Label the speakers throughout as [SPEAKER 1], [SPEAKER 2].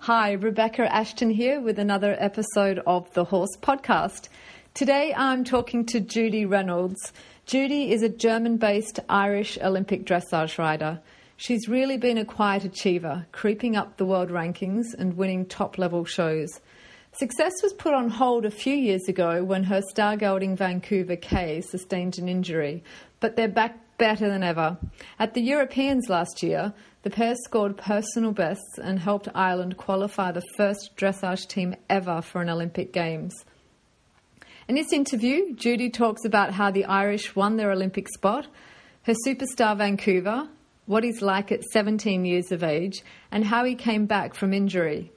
[SPEAKER 1] Hi, Rebecca Ashton here with another episode of the Horse Podcast. Today I'm talking to Judy Reynolds. Judy is a German based Irish Olympic dressage rider. She's really been a quiet achiever, creeping up the world rankings and winning top level shows. Success was put on hold a few years ago when her stargelding Vancouver K sustained an injury, but they're back better than ever. At the Europeans last year, the pair scored personal bests and helped Ireland qualify the first dressage team ever for an Olympic Games. In this interview, Judy talks about how the Irish won their Olympic spot, her superstar Vancouver, what he's like at 17 years of age, and how he came back from injury.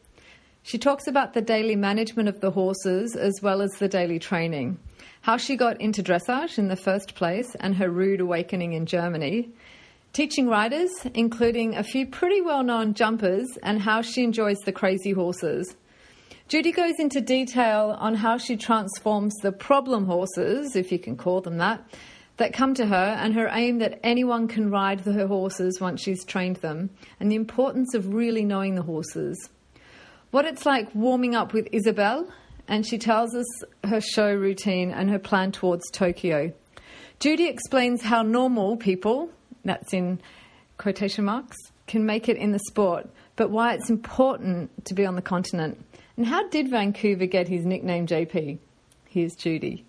[SPEAKER 1] She talks about the daily management of the horses as well as the daily training, how she got into dressage in the first place and her rude awakening in Germany, teaching riders, including a few pretty well known jumpers, and how she enjoys the crazy horses. Judy goes into detail on how she transforms the problem horses, if you can call them that, that come to her and her aim that anyone can ride the, her horses once she's trained them, and the importance of really knowing the horses what it's like warming up with Isabel, and she tells us her show routine and her plan towards Tokyo. Judy explains how normal people, that's in quotation marks, can make it in the sport, but why it's important to be on the continent. And how did Vancouver get his nickname, JP? Here's Judy.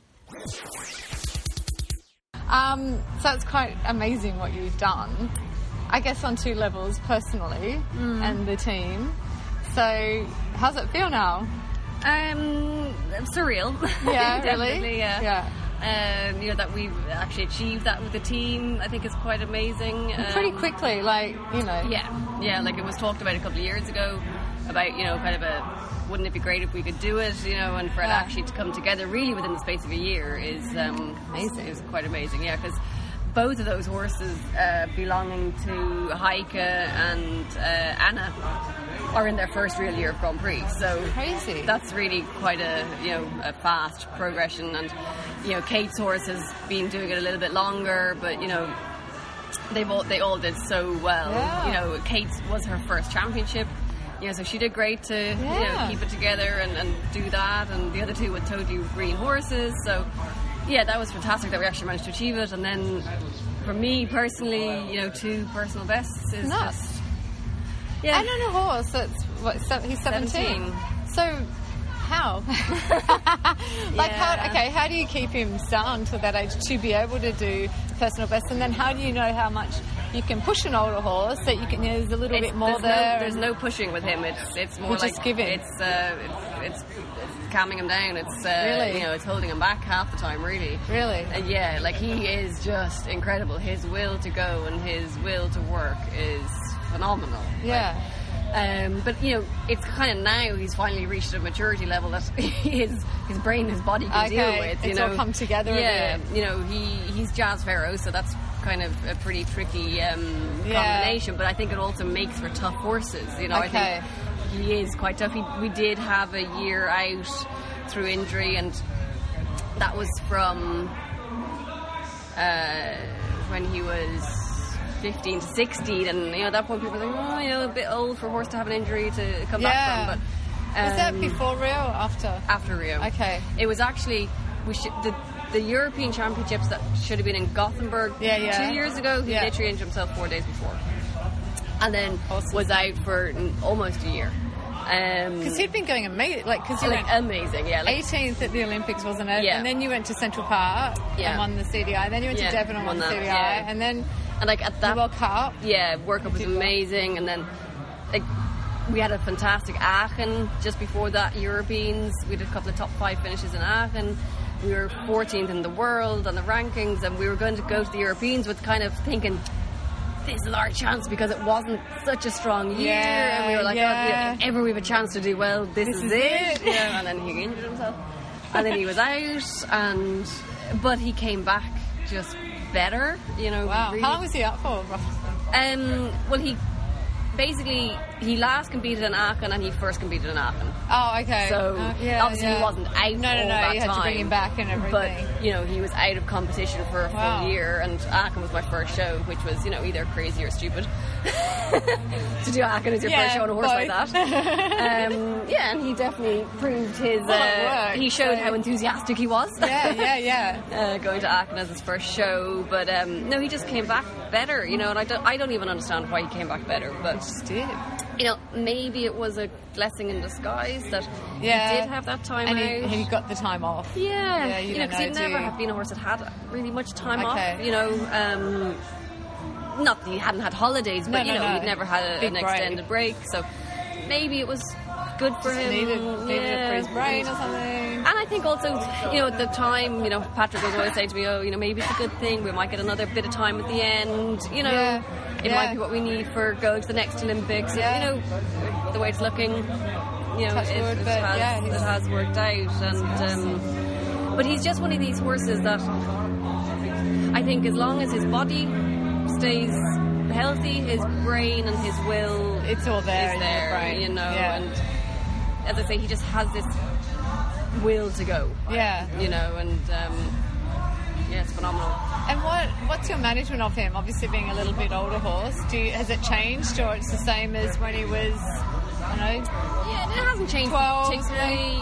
[SPEAKER 1] Um, so that's quite amazing what you've done. I guess on two levels, personally
[SPEAKER 2] Hmm.
[SPEAKER 1] and the team. So, how's it feel now?
[SPEAKER 2] Um, surreal.
[SPEAKER 1] Yeah, really?
[SPEAKER 2] Definitely, yeah.
[SPEAKER 1] Yeah.
[SPEAKER 2] Um, you know that we've actually achieved that with the team. I think is quite amazing. Um,
[SPEAKER 1] Pretty quickly, like, you know.
[SPEAKER 2] Yeah, yeah. Like it was talked about a couple of years ago about you know kind of a wouldn't it be great if we could do it? You know, and for it
[SPEAKER 1] Yeah.
[SPEAKER 2] actually to come together really within the space of a year is um,
[SPEAKER 1] Amazing.
[SPEAKER 2] Is quite amazing. Yeah, because. Both of those horses uh, belonging to Heike and uh, Anna are in their first real year of Grand Prix. So
[SPEAKER 1] Crazy.
[SPEAKER 2] that's really quite a you know a fast progression and you know Kate's horse has been doing it a little bit longer but you know they've all they all did so well
[SPEAKER 1] Yeah.
[SPEAKER 2] you know Kate's was her first championship you know so she did great to
[SPEAKER 1] Yeah.
[SPEAKER 2] you know keep it together and, and do that and the other two with totally green horses so yeah that was fantastic that we actually managed to achieve it and then for me personally you know two personal bests is
[SPEAKER 1] Nuts.
[SPEAKER 2] just yeah
[SPEAKER 1] And on a horse that's, what, se- he's 17.
[SPEAKER 2] 17.
[SPEAKER 1] So, how? like, how,
[SPEAKER 2] Yeah.
[SPEAKER 1] okay, how do you keep him sound to that age to be able to do personal best? And then how do you know how much you can push an older horse that you can, you know, there's a little
[SPEAKER 2] It's-
[SPEAKER 1] bit more
[SPEAKER 2] there's
[SPEAKER 1] there?
[SPEAKER 2] No, there's
[SPEAKER 1] and-
[SPEAKER 2] no pushing with him. It's it's more
[SPEAKER 1] You're
[SPEAKER 2] like
[SPEAKER 1] just giving.
[SPEAKER 2] It's, uh, it's it's it's calming him down. It's uh,
[SPEAKER 1] Really?
[SPEAKER 2] you know it's holding him back half the time really.
[SPEAKER 1] Really?
[SPEAKER 2] And yeah, like he is just incredible. His will to go and his will to work is phenomenal.
[SPEAKER 1] Yeah.
[SPEAKER 2] Um, but you know, it's kind of now he's finally reached a maturity level that his his brain, his body can
[SPEAKER 1] Okay,
[SPEAKER 2] deal with. You
[SPEAKER 1] it's all
[SPEAKER 2] know,
[SPEAKER 1] come together a
[SPEAKER 2] Yeah,
[SPEAKER 1] bit.
[SPEAKER 2] you know, he he's jazz pharaoh, so that's kind of a pretty tricky um,
[SPEAKER 1] Yeah.
[SPEAKER 2] combination. But I think it also makes for tough horses. You know,
[SPEAKER 1] Okay.
[SPEAKER 2] I think he is quite tough. He, we did have a year out through injury, and that was from uh, when he was 15 to 16, and you know at that point people were like, oh, you know, a bit old for a horse to have an injury to come
[SPEAKER 1] Yeah.
[SPEAKER 2] back from. But
[SPEAKER 1] Was that
[SPEAKER 2] um, uh,
[SPEAKER 1] before Rio or after?
[SPEAKER 2] after Rio?
[SPEAKER 1] Okay.
[SPEAKER 2] it was actually we should the. The European Championships that should have been in Gothenburg
[SPEAKER 1] Yeah, yeah.
[SPEAKER 2] two years ago, he
[SPEAKER 1] Yeah.
[SPEAKER 2] literally injured himself four days before, and then
[SPEAKER 1] Awesome.
[SPEAKER 2] was out for n- almost a year.
[SPEAKER 1] Because
[SPEAKER 2] Um,
[SPEAKER 1] he'd been going amazing, like, because you
[SPEAKER 2] like
[SPEAKER 1] went
[SPEAKER 2] amazing, yeah. Like,
[SPEAKER 1] 18th at the Olympics, wasn't it?
[SPEAKER 2] Yeah.
[SPEAKER 1] And then you went to Central Park
[SPEAKER 2] Yeah.
[SPEAKER 1] and won the CDI. Then you went
[SPEAKER 2] Yeah,
[SPEAKER 1] to Devon and won,
[SPEAKER 2] won
[SPEAKER 1] the
[SPEAKER 2] that,
[SPEAKER 1] CDI.
[SPEAKER 2] yeah.
[SPEAKER 1] And then
[SPEAKER 2] and like at
[SPEAKER 1] the
[SPEAKER 2] that
[SPEAKER 1] World Cup.
[SPEAKER 2] yeah, workup was
[SPEAKER 1] Did well.
[SPEAKER 2] amazing, and then like we had a fantastic Aachen just before that. Europeans, we did a couple of top five finishes in Aachen. We were 14th in the world on the rankings, and we were going to go to the Europeans with kind of thinking this is our chance because it wasn't such a strong year,
[SPEAKER 1] Yeah,
[SPEAKER 2] and we were like,
[SPEAKER 1] yeah.
[SPEAKER 2] oh, if ever we have a chance to do well, this,
[SPEAKER 1] it.
[SPEAKER 2] is, it. Yeah, and then he injured himself, and then he was out, and but he came back just better, you know.
[SPEAKER 1] Wow.
[SPEAKER 2] really
[SPEAKER 1] How long was he up for, roughly?
[SPEAKER 2] um, well, he basically he last competed in Aachen and he first competed in Aachen.
[SPEAKER 1] Oh, okay.
[SPEAKER 2] So
[SPEAKER 1] Oh, yeah,
[SPEAKER 2] obviously
[SPEAKER 1] yeah.
[SPEAKER 2] he wasn't out.
[SPEAKER 1] No, no,
[SPEAKER 2] all
[SPEAKER 1] no.
[SPEAKER 2] that
[SPEAKER 1] you had to bring
[SPEAKER 2] time,
[SPEAKER 1] him back and everything.
[SPEAKER 2] But you know, he was out of competition for a full
[SPEAKER 1] Wow.
[SPEAKER 2] year, and Aachen was my first show, which was you know either crazy or stupid. to do Aachen as your
[SPEAKER 1] Yeah,
[SPEAKER 2] first show on a horse like
[SPEAKER 1] both.
[SPEAKER 2] that. um, yeah, and he definitely proved his. uh,
[SPEAKER 1] Well, it worked,
[SPEAKER 2] he showed
[SPEAKER 1] so-
[SPEAKER 2] how enthusiastic he was.
[SPEAKER 1] yeah, yeah, yeah.
[SPEAKER 2] uh, going to Aachen as his first show, but um, no, he just came back better, you know. And I don't, I don't even understand why he came back better, but
[SPEAKER 1] Just did.
[SPEAKER 2] you know, maybe it was a blessing in disguise that
[SPEAKER 1] Yeah.
[SPEAKER 2] he did have that time
[SPEAKER 1] And
[SPEAKER 2] out.
[SPEAKER 1] he, he got the time off.
[SPEAKER 2] yeah,
[SPEAKER 1] Yeah, you
[SPEAKER 2] you know,
[SPEAKER 1] don't
[SPEAKER 2] because
[SPEAKER 1] know,
[SPEAKER 2] he'd
[SPEAKER 1] do
[SPEAKER 2] never
[SPEAKER 1] you?
[SPEAKER 2] have been a horse that had really much time off.
[SPEAKER 1] Okay.
[SPEAKER 2] You know, um, not that he hadn't had holidays, but
[SPEAKER 1] no,
[SPEAKER 2] you know,
[SPEAKER 1] no.
[SPEAKER 2] he'd never had a,
[SPEAKER 1] Big
[SPEAKER 2] an
[SPEAKER 1] break.
[SPEAKER 2] extended break. So maybe it was good for him.
[SPEAKER 1] Needed, needed it for his
[SPEAKER 2] Yeah.
[SPEAKER 1] brain or something.
[SPEAKER 2] And I think also, you know, at the time, you know, Patrick was always saying to me, oh, you know, maybe it's a good thing. We might get another bit of time at the end. You know,
[SPEAKER 1] Yeah,
[SPEAKER 2] it
[SPEAKER 1] yeah.
[SPEAKER 2] might be what we need for going to the next Olympics. And,
[SPEAKER 1] Yeah.
[SPEAKER 2] You know, the way it's looking, you know,
[SPEAKER 1] Touch
[SPEAKER 2] it,
[SPEAKER 1] wood,
[SPEAKER 2] it
[SPEAKER 1] but
[SPEAKER 2] has,
[SPEAKER 1] yeah,
[SPEAKER 2] it
[SPEAKER 1] he's-
[SPEAKER 2] has worked out. And um, But he's just one of these horses that I think as long as his body stays healthy, his brain and his will
[SPEAKER 1] It's all there
[SPEAKER 2] is
[SPEAKER 1] in your
[SPEAKER 2] there,
[SPEAKER 1] brain.
[SPEAKER 2] you know.
[SPEAKER 1] Yeah.
[SPEAKER 2] And as I say, he just has this will to go,
[SPEAKER 1] Yeah.
[SPEAKER 2] you know, and um, yeah, it's phenomenal.
[SPEAKER 1] And what what's your management of him? Obviously, being a little bit older horse, do you, has it changed, or it's the same as when he was? I don't know.
[SPEAKER 2] Yeah, and it hasn't changed
[SPEAKER 1] 12,
[SPEAKER 2] particularly.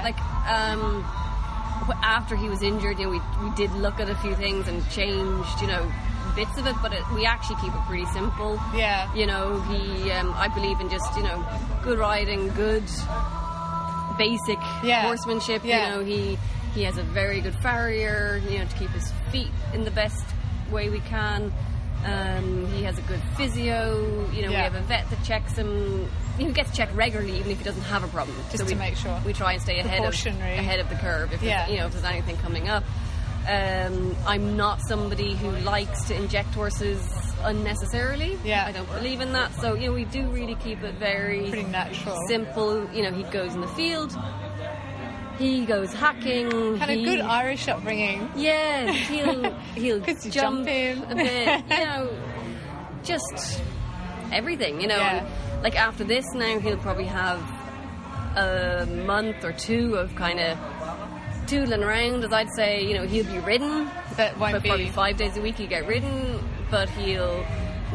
[SPEAKER 1] Yeah.
[SPEAKER 2] like um, wh- after he was injured, you know, we we did look at a few things and changed, you know, bits of it, but it, we actually keep it pretty simple.
[SPEAKER 1] Yeah.
[SPEAKER 2] you know, he, um, I believe in just you know, good riding, good basic
[SPEAKER 1] Yeah.
[SPEAKER 2] horsemanship.
[SPEAKER 1] Yeah.
[SPEAKER 2] You know, he he has a very good farrier. You know, to keep his feet in the best way we can. Um, he has a good physio. You know,
[SPEAKER 1] Yeah.
[SPEAKER 2] we have a vet that checks him. He gets checked regularly, even if he doesn't have a problem.
[SPEAKER 1] Just
[SPEAKER 2] we,
[SPEAKER 1] to make sure.
[SPEAKER 2] we try and stay ahead of
[SPEAKER 1] Precautionary.
[SPEAKER 2] ahead of the curve. If
[SPEAKER 1] Yeah.
[SPEAKER 2] there's you know if there's anything coming up. Um, I'm not somebody who likes to inject horses unnecessarily.
[SPEAKER 1] Yeah.
[SPEAKER 2] I don't believe in that. So you know, we do really keep it very
[SPEAKER 1] Pretty natural.
[SPEAKER 2] simple. You know, he goes in the field. He goes hacking.
[SPEAKER 1] Kind
[SPEAKER 2] he,
[SPEAKER 1] of good Irish upbringing.
[SPEAKER 2] Yeah, he'll he'll
[SPEAKER 1] 'Cause you
[SPEAKER 2] jump
[SPEAKER 1] jump in.
[SPEAKER 2] a bit. You know, just everything. You know,
[SPEAKER 1] Yeah.
[SPEAKER 2] And, like after this now, he'll probably have a month or two of kind of toodling around. As I'd say, you know, he'll be ridden.
[SPEAKER 1] That won't
[SPEAKER 2] but
[SPEAKER 1] be-
[SPEAKER 2] probably five days a week he'll get ridden, but he'll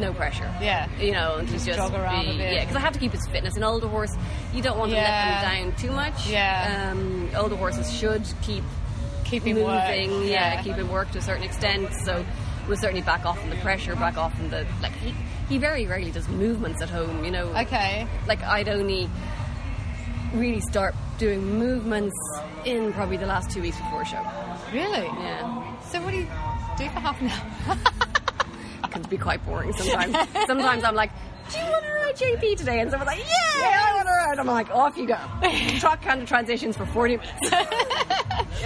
[SPEAKER 2] no pressure.
[SPEAKER 1] Yeah.
[SPEAKER 2] you know, and he's just
[SPEAKER 1] jog around
[SPEAKER 2] be,
[SPEAKER 1] a bit.
[SPEAKER 2] yeah, because I have to keep his fitness. An older horse, you don't want to
[SPEAKER 1] Yeah.
[SPEAKER 2] let them down too much.
[SPEAKER 1] Yeah.
[SPEAKER 2] um, older horses should keep
[SPEAKER 1] Keep him
[SPEAKER 2] moving.
[SPEAKER 1] worked.
[SPEAKER 2] Yeah, keep it work to a certain extent. So we'll certainly back off on the pressure, back off on the like. He, he very rarely does movements at home. You know,
[SPEAKER 1] Okay.
[SPEAKER 2] like I'd only really start doing movements in probably the last two weeks before a show.
[SPEAKER 1] Really?
[SPEAKER 2] Yeah,
[SPEAKER 1] So what do you do for half an hour?
[SPEAKER 2] it can be quite boring sometimes. sometimes I'm like. Do you want to ride JP today? And someone's like, Yeah, I want to ride. I'm like, Off you go. Truck kind of transitions for 40 minutes. You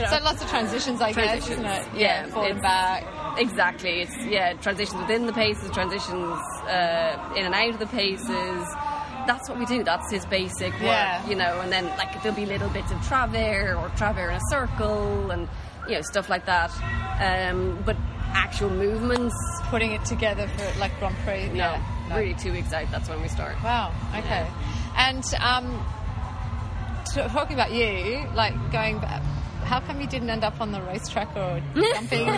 [SPEAKER 2] know.
[SPEAKER 1] So lots of transitions, I guess, isn't it?
[SPEAKER 2] Transitions. Yeah,
[SPEAKER 1] forward and
[SPEAKER 2] it's-
[SPEAKER 1] back.
[SPEAKER 2] Exactly. It's yeah, transitions within the paces, transitions uh, in and out of the paces. That's what we do. That's his basic work,
[SPEAKER 1] Yeah.
[SPEAKER 2] you know. And then like there'll be little bits of travers or travers in a circle, and you know stuff like that. Um, but actual movements,
[SPEAKER 1] Putting it together for like Grand Prix.
[SPEAKER 2] no,
[SPEAKER 1] yeah. No.
[SPEAKER 2] really two weeks out. That's when we start.
[SPEAKER 1] Wow. Okay. And um, t- talking about you, like going back, how come you didn't end up on the racetrack or jumping? or,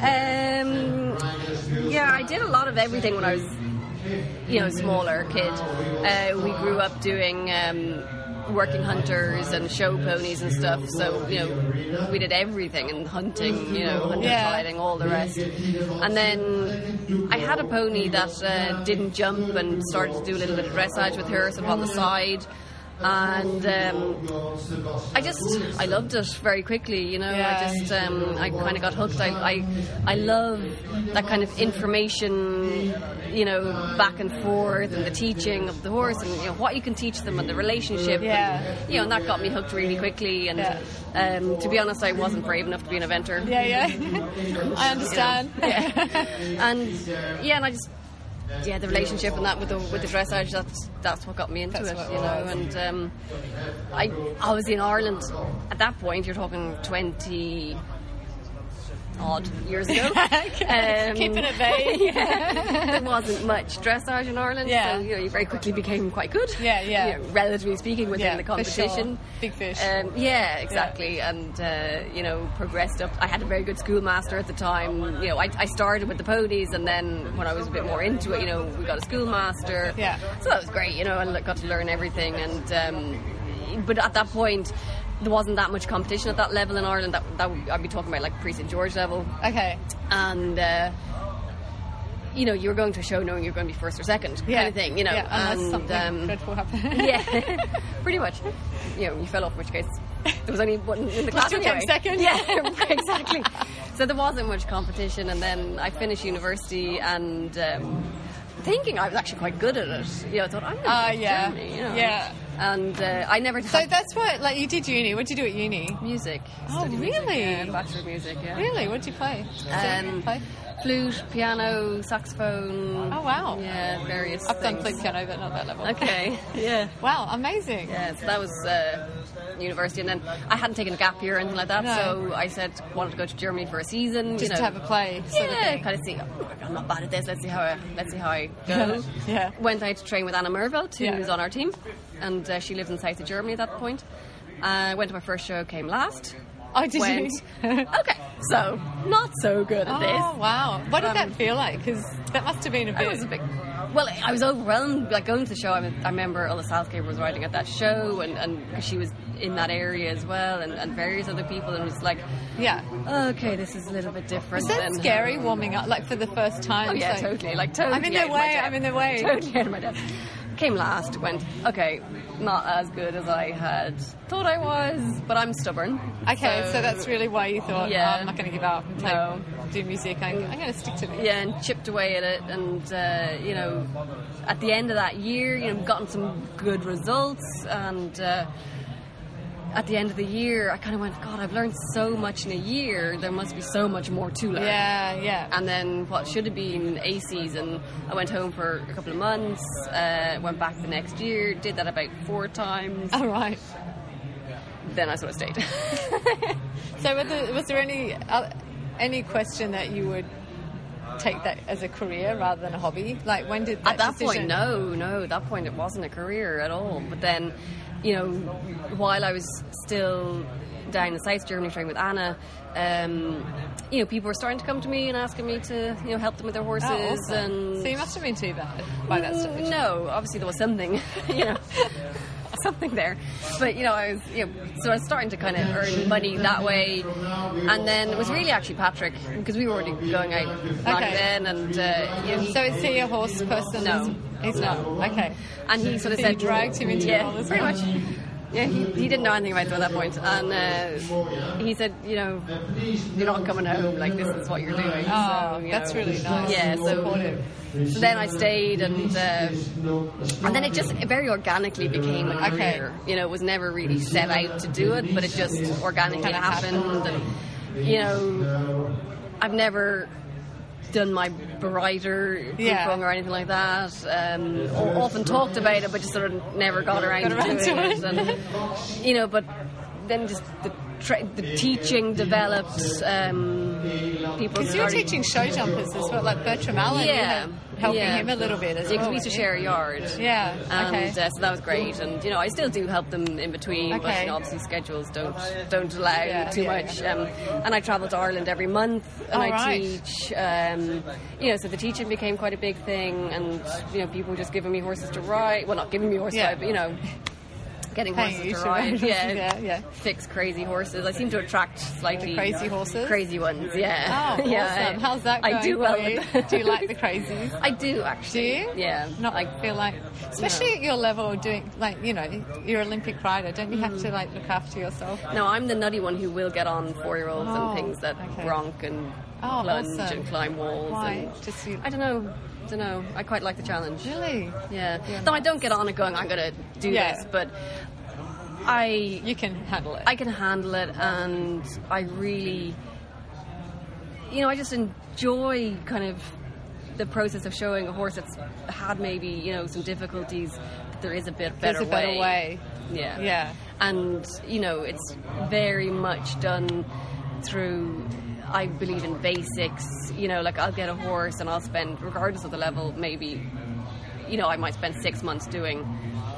[SPEAKER 2] Um, yeah, I did a lot of everything when I was, you know, smaller kid. Uh, we grew up doing um, working hunters and show ponies and stuff. So you know, we did everything and hunting, you know, hunter
[SPEAKER 1] Yeah.
[SPEAKER 2] riding, all the rest. And then I had a pony that uh, didn't jump and started to do a little bit of dressage with her, sort of on the side. And um, I just I loved it very quickly, you know.
[SPEAKER 1] Yeah.
[SPEAKER 2] I just um, I kind of got hooked. I, I I love that kind of information, you know, back and forth, and the teaching of the horse, and you know what you can teach them, and the relationship.
[SPEAKER 1] Yeah.
[SPEAKER 2] And, you know, and that got me hooked really quickly. And
[SPEAKER 1] Yeah.
[SPEAKER 2] um, to be honest, I wasn't brave enough to be an eventer.
[SPEAKER 1] yeah, yeah. I understand.
[SPEAKER 2] And yeah, and I just yeah the relationship and that with the with the dressage that's that's what got me into
[SPEAKER 1] That's
[SPEAKER 2] it,
[SPEAKER 1] what it
[SPEAKER 2] you know.
[SPEAKER 1] was.
[SPEAKER 2] And um, I I was in Ireland at that point. You're talking twenty odd years ago.
[SPEAKER 1] Okay.
[SPEAKER 2] Um,
[SPEAKER 1] Keeping it vague.
[SPEAKER 2] there wasn't much dressage in Ireland,
[SPEAKER 1] Yeah.
[SPEAKER 2] so you know you very quickly became quite good.
[SPEAKER 1] Yeah, yeah.
[SPEAKER 2] you know, relatively speaking, within
[SPEAKER 1] Yeah,
[SPEAKER 2] the
[SPEAKER 1] for sure.
[SPEAKER 2] competition,
[SPEAKER 1] Big fish.
[SPEAKER 2] Um, yeah, exactly, and uh, you know progressed up. I had a very good schoolmaster at the time. You know, I, I started with the ponies, and then when I was a bit more into it, you know, we got a schoolmaster.
[SPEAKER 1] Yeah.
[SPEAKER 2] so that was great. You know, I le- got to learn everything, and um, but at that point. There wasn't that much competition at that level in Ireland. That, that I'd be talking about like pre St George level
[SPEAKER 1] Okay.
[SPEAKER 2] and uh, you know you're going to a show knowing you're going to be first or second kind of thing you know
[SPEAKER 1] Yeah, unless
[SPEAKER 2] and
[SPEAKER 1] something
[SPEAKER 2] um,
[SPEAKER 1] dreadful happened.
[SPEAKER 2] yeah pretty much you know you fell off in which case there was only one in the class
[SPEAKER 1] still came
[SPEAKER 2] anyway.
[SPEAKER 1] second.
[SPEAKER 2] yeah exactly so there wasn't much competition and then I finished university and um, thinking I was actually quite good at it you know I thought I'm going to
[SPEAKER 1] Ah, yeah.
[SPEAKER 2] Germany, you know.
[SPEAKER 1] Yeah.
[SPEAKER 2] and uh, I never
[SPEAKER 1] So
[SPEAKER 2] had
[SPEAKER 1] that's what, like, you did uni. What did you do at uni?
[SPEAKER 2] music
[SPEAKER 1] Oh,
[SPEAKER 2] Studied music,
[SPEAKER 1] really?
[SPEAKER 2] yeah, bachelor of music yeah
[SPEAKER 1] Really? What did you play? Did you
[SPEAKER 2] Um,
[SPEAKER 1] play?
[SPEAKER 2] flute, piano, saxophone.
[SPEAKER 1] Oh, wow.
[SPEAKER 2] Yeah, various.
[SPEAKER 1] I've done
[SPEAKER 2] things.
[SPEAKER 1] flute piano, but not that level.
[SPEAKER 2] Okay. yeah.
[SPEAKER 1] Wow, amazing.
[SPEAKER 2] Yeah. So that was uh, university, and then I hadn't taken a gap year or anything like that.
[SPEAKER 1] No.
[SPEAKER 2] So I said wanted to go to Germany for a season.
[SPEAKER 1] Just
[SPEAKER 2] you know.
[SPEAKER 1] to have a play. Sort
[SPEAKER 2] yeah,
[SPEAKER 1] Of thing.
[SPEAKER 2] kind of see. Oh, I'm not bad at this. Let's see how I, let's see how I go.
[SPEAKER 1] Yeah.
[SPEAKER 2] Went out to train with Anna Mervelt, who
[SPEAKER 1] Yeah.
[SPEAKER 2] was on our team, and uh, she lived in south of Germany at that point. I went to my first show, came last.
[SPEAKER 1] Oh, did you?
[SPEAKER 2] went. okay, so not so good at this.
[SPEAKER 1] Oh, wow. What did that feel like? Because that must have been a
[SPEAKER 2] I
[SPEAKER 1] bit.
[SPEAKER 2] Um, was a bit. Well, I was overwhelmed. Like going to the show, I, was, I remember Ulla Southgate was writing at that show, and, and 'cause she was in that area as well, and, and various other people, and it was like, "Oh,
[SPEAKER 1] yeah.
[SPEAKER 2] okay, this is a little bit different.
[SPEAKER 1] Was that
[SPEAKER 2] than-
[SPEAKER 1] scary warming up, like for the first time?
[SPEAKER 2] um, Oh yeah,
[SPEAKER 1] So-
[SPEAKER 2] totally. Like totally.
[SPEAKER 1] I'm in
[SPEAKER 2] out
[SPEAKER 1] their
[SPEAKER 2] of my
[SPEAKER 1] way.
[SPEAKER 2] depth.
[SPEAKER 1] I'm in their way.
[SPEAKER 2] Totally out of my depth. Came last. Went okay. Not as good as I had thought I was, but I'm stubborn.
[SPEAKER 1] Okay, so, that's really why you thought,
[SPEAKER 2] Yeah.
[SPEAKER 1] oh, I'm not going to give up. Like,
[SPEAKER 2] No.
[SPEAKER 1] Do music. I'm, I'm going to stick to it.
[SPEAKER 2] yeah, and chipped away at it, and uh, you know, at the end of that year, you know, gotten some good results, and uh, at the end of the year, I kind of went, God, I've learned so much in a year. There must be so much more to learn.
[SPEAKER 1] Yeah, yeah.
[SPEAKER 2] And then what should have been a season, I went home for a couple of months, uh, went back the next year, did that about four times,
[SPEAKER 1] All right.
[SPEAKER 2] then I sort of stayed.
[SPEAKER 1] So, were there, was there any uh, any question that you would take that as a career rather than a hobby? Like, when did that
[SPEAKER 2] at that
[SPEAKER 1] decision-
[SPEAKER 2] point no no at that point it wasn't a career at all but then you know while i was still down in south germany training with anna um, you know people were starting to come to me and asking me to you know help them with their horses
[SPEAKER 1] Oh, awesome.
[SPEAKER 2] and Mm,
[SPEAKER 1] so you must have been too bad by that stage.
[SPEAKER 2] no, obviously there was something, you know, something there. But you know, I was you know, so I was starting to kind of earn money that way, and then it was really actually Patrick because we were already going out back
[SPEAKER 1] Okay.
[SPEAKER 2] then, and uh, you know,
[SPEAKER 1] So is he a horse person?
[SPEAKER 2] No.
[SPEAKER 1] he's not. Okay.
[SPEAKER 2] And he sort of
[SPEAKER 1] So
[SPEAKER 2] said,
[SPEAKER 1] you dragged him into
[SPEAKER 2] yeah,
[SPEAKER 1] all this
[SPEAKER 2] pretty
[SPEAKER 1] now?
[SPEAKER 2] much. Yeah, he, he didn't know anything about them at that point, and uh, he said, you know, you're not coming home. Like this is what you're doing.
[SPEAKER 1] Oh,
[SPEAKER 2] so, you
[SPEAKER 1] that's
[SPEAKER 2] know.
[SPEAKER 1] really nice.
[SPEAKER 2] Yeah, so,
[SPEAKER 1] supportive.
[SPEAKER 2] so then I stayed, and uh, and then it just very organically became a
[SPEAKER 1] Okay.
[SPEAKER 2] career. You know, it was never really set out to do it, but it just organically
[SPEAKER 1] Kinda
[SPEAKER 2] happened.
[SPEAKER 1] happened.
[SPEAKER 2] And you know, I've never done my brighter
[SPEAKER 1] Yeah.
[SPEAKER 2] yeah. or anything like that. Um, o- often talked about it, but just sort of never got around,
[SPEAKER 1] Got around
[SPEAKER 2] to,
[SPEAKER 1] to
[SPEAKER 2] it.
[SPEAKER 1] it.
[SPEAKER 2] And, you know, but then just the, tra- the teaching developed. Um, people
[SPEAKER 1] Because you were
[SPEAKER 2] started-
[SPEAKER 1] teaching show jumpers as well, like Bertram Allen. you
[SPEAKER 2] Yeah,
[SPEAKER 1] had- helping
[SPEAKER 2] yeah.
[SPEAKER 1] him a little bit as
[SPEAKER 2] Yeah, 'cause
[SPEAKER 1] well.
[SPEAKER 2] we used
[SPEAKER 1] weren't
[SPEAKER 2] to share a yard.
[SPEAKER 1] you? Oh, Yeah. Okay.
[SPEAKER 2] And uh, so that was great, and you know I still do help them in between, but
[SPEAKER 1] Okay.
[SPEAKER 2] you know, obviously schedules don't don't allow
[SPEAKER 1] Yeah,
[SPEAKER 2] too
[SPEAKER 1] yeah,
[SPEAKER 2] much. Um, and I travel to Ireland every month, and I
[SPEAKER 1] All right.
[SPEAKER 2] teach. Um, you know, so the teaching became quite a big thing, and you know people were just giving me horses to ride. Well, not giving me horses, to
[SPEAKER 1] Yeah.
[SPEAKER 2] ride, but you know, getting
[SPEAKER 1] Paying you
[SPEAKER 2] horses to
[SPEAKER 1] to
[SPEAKER 2] ride.
[SPEAKER 1] ride. Yeah, yeah.
[SPEAKER 2] Fix crazy horses. I seem to attract slightly
[SPEAKER 1] crazy horses?
[SPEAKER 2] crazy ones.
[SPEAKER 1] oh,
[SPEAKER 2] Yeah.
[SPEAKER 1] awesome.
[SPEAKER 2] yeah.
[SPEAKER 1] How's that going
[SPEAKER 2] I do
[SPEAKER 1] for
[SPEAKER 2] well.
[SPEAKER 1] you?
[SPEAKER 2] with that.
[SPEAKER 1] do you like the crazies?
[SPEAKER 2] I do actually.
[SPEAKER 1] Do you?
[SPEAKER 2] Yeah.
[SPEAKER 1] Not
[SPEAKER 2] I
[SPEAKER 1] like feel like, especially at your level, doing like you know, you're an Olympic rider. Don't you have to like look after yourself?
[SPEAKER 2] No, I'm the nutty one who will get on four year olds
[SPEAKER 1] Oh,
[SPEAKER 2] and things that
[SPEAKER 1] okay.
[SPEAKER 2] bronk and
[SPEAKER 1] Oh,
[SPEAKER 2] plunge
[SPEAKER 1] awesome.
[SPEAKER 2] and climb walls.
[SPEAKER 1] Why?
[SPEAKER 2] And
[SPEAKER 1] Just you,
[SPEAKER 2] I don't know. don't know. I quite like the challenge.
[SPEAKER 1] really?
[SPEAKER 2] Yeah. Though I don't get on it going, I'm going to do
[SPEAKER 1] Yeah.
[SPEAKER 2] this, but I
[SPEAKER 1] You can handle it.
[SPEAKER 2] I can handle it, and I really, you know, I just enjoy kind of the process of showing a horse that's had maybe you know some difficulties. That there is a bit
[SPEAKER 1] There's
[SPEAKER 2] better
[SPEAKER 1] a better way.
[SPEAKER 2] Yeah.
[SPEAKER 1] Yeah.
[SPEAKER 2] And you know, it's very much done through. I believe in basics. You know, like I'll get a horse and I'll spend, regardless of the level, maybe, you know, I might spend six months doing